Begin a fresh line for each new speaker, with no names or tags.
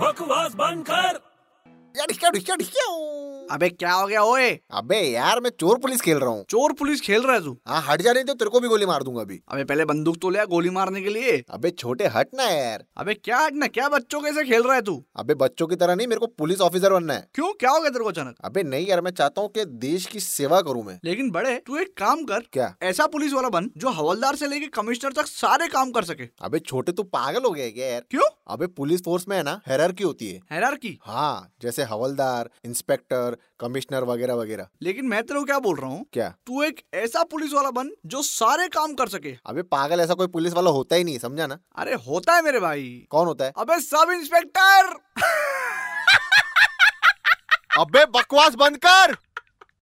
बकवास बंद कर
यार ढिकिया ढिकिया ढिकिया ओ।
अबे क्या हो गया ओए
अबे यार मैं चोर पुलिस खेल रहा हूँ
चोर पुलिस खेल रहा है तू
हाँ हट जा नहीं तो तेरे को भी गोली मार दूंगा अभी
अबे पहले बंदूक तो ले आ गोली मारने के लिए
अबे छोटे हट ना यार
अबे क्या हटना क्या बच्चों कैसे खेल रहा है तू
अबे बच्चों की तरह नहीं मेरे को पुलिस ऑफिसर बनना है
क्यों क्या हो गया तेरे को अचानक
अबे नहीं यार मैं चाहता हूँ कि देश की सेवा करूँ मैं
लेकिन बड़े तू एक काम कर
क्या
ऐसा पुलिस वाला बन जो हवलदार से लेके कमिश्नर तक सारे काम कर सके
अबे छोटे तू पागल हो गया है क्या यार
क्यों
अबे पुलिस फोर्स में है ना हेरारकी होती है
हैरार्की
हाँ जैसे हवलदार इंस्पेक्टर कमिश्नर वगैरह वगैरह
लेकिन मैं तेरे को क्या बोल रहा हूँ
क्या
तू एक ऐसा पुलिस वाला बन जो सारे काम कर सके
अबे पागल ऐसा कोई पुलिस वाला होता ही नहीं समझा ना
अरे होता है मेरे भाई
कौन होता है
अबे सब इंस्पेक्टर
अबे बकवास बंद कर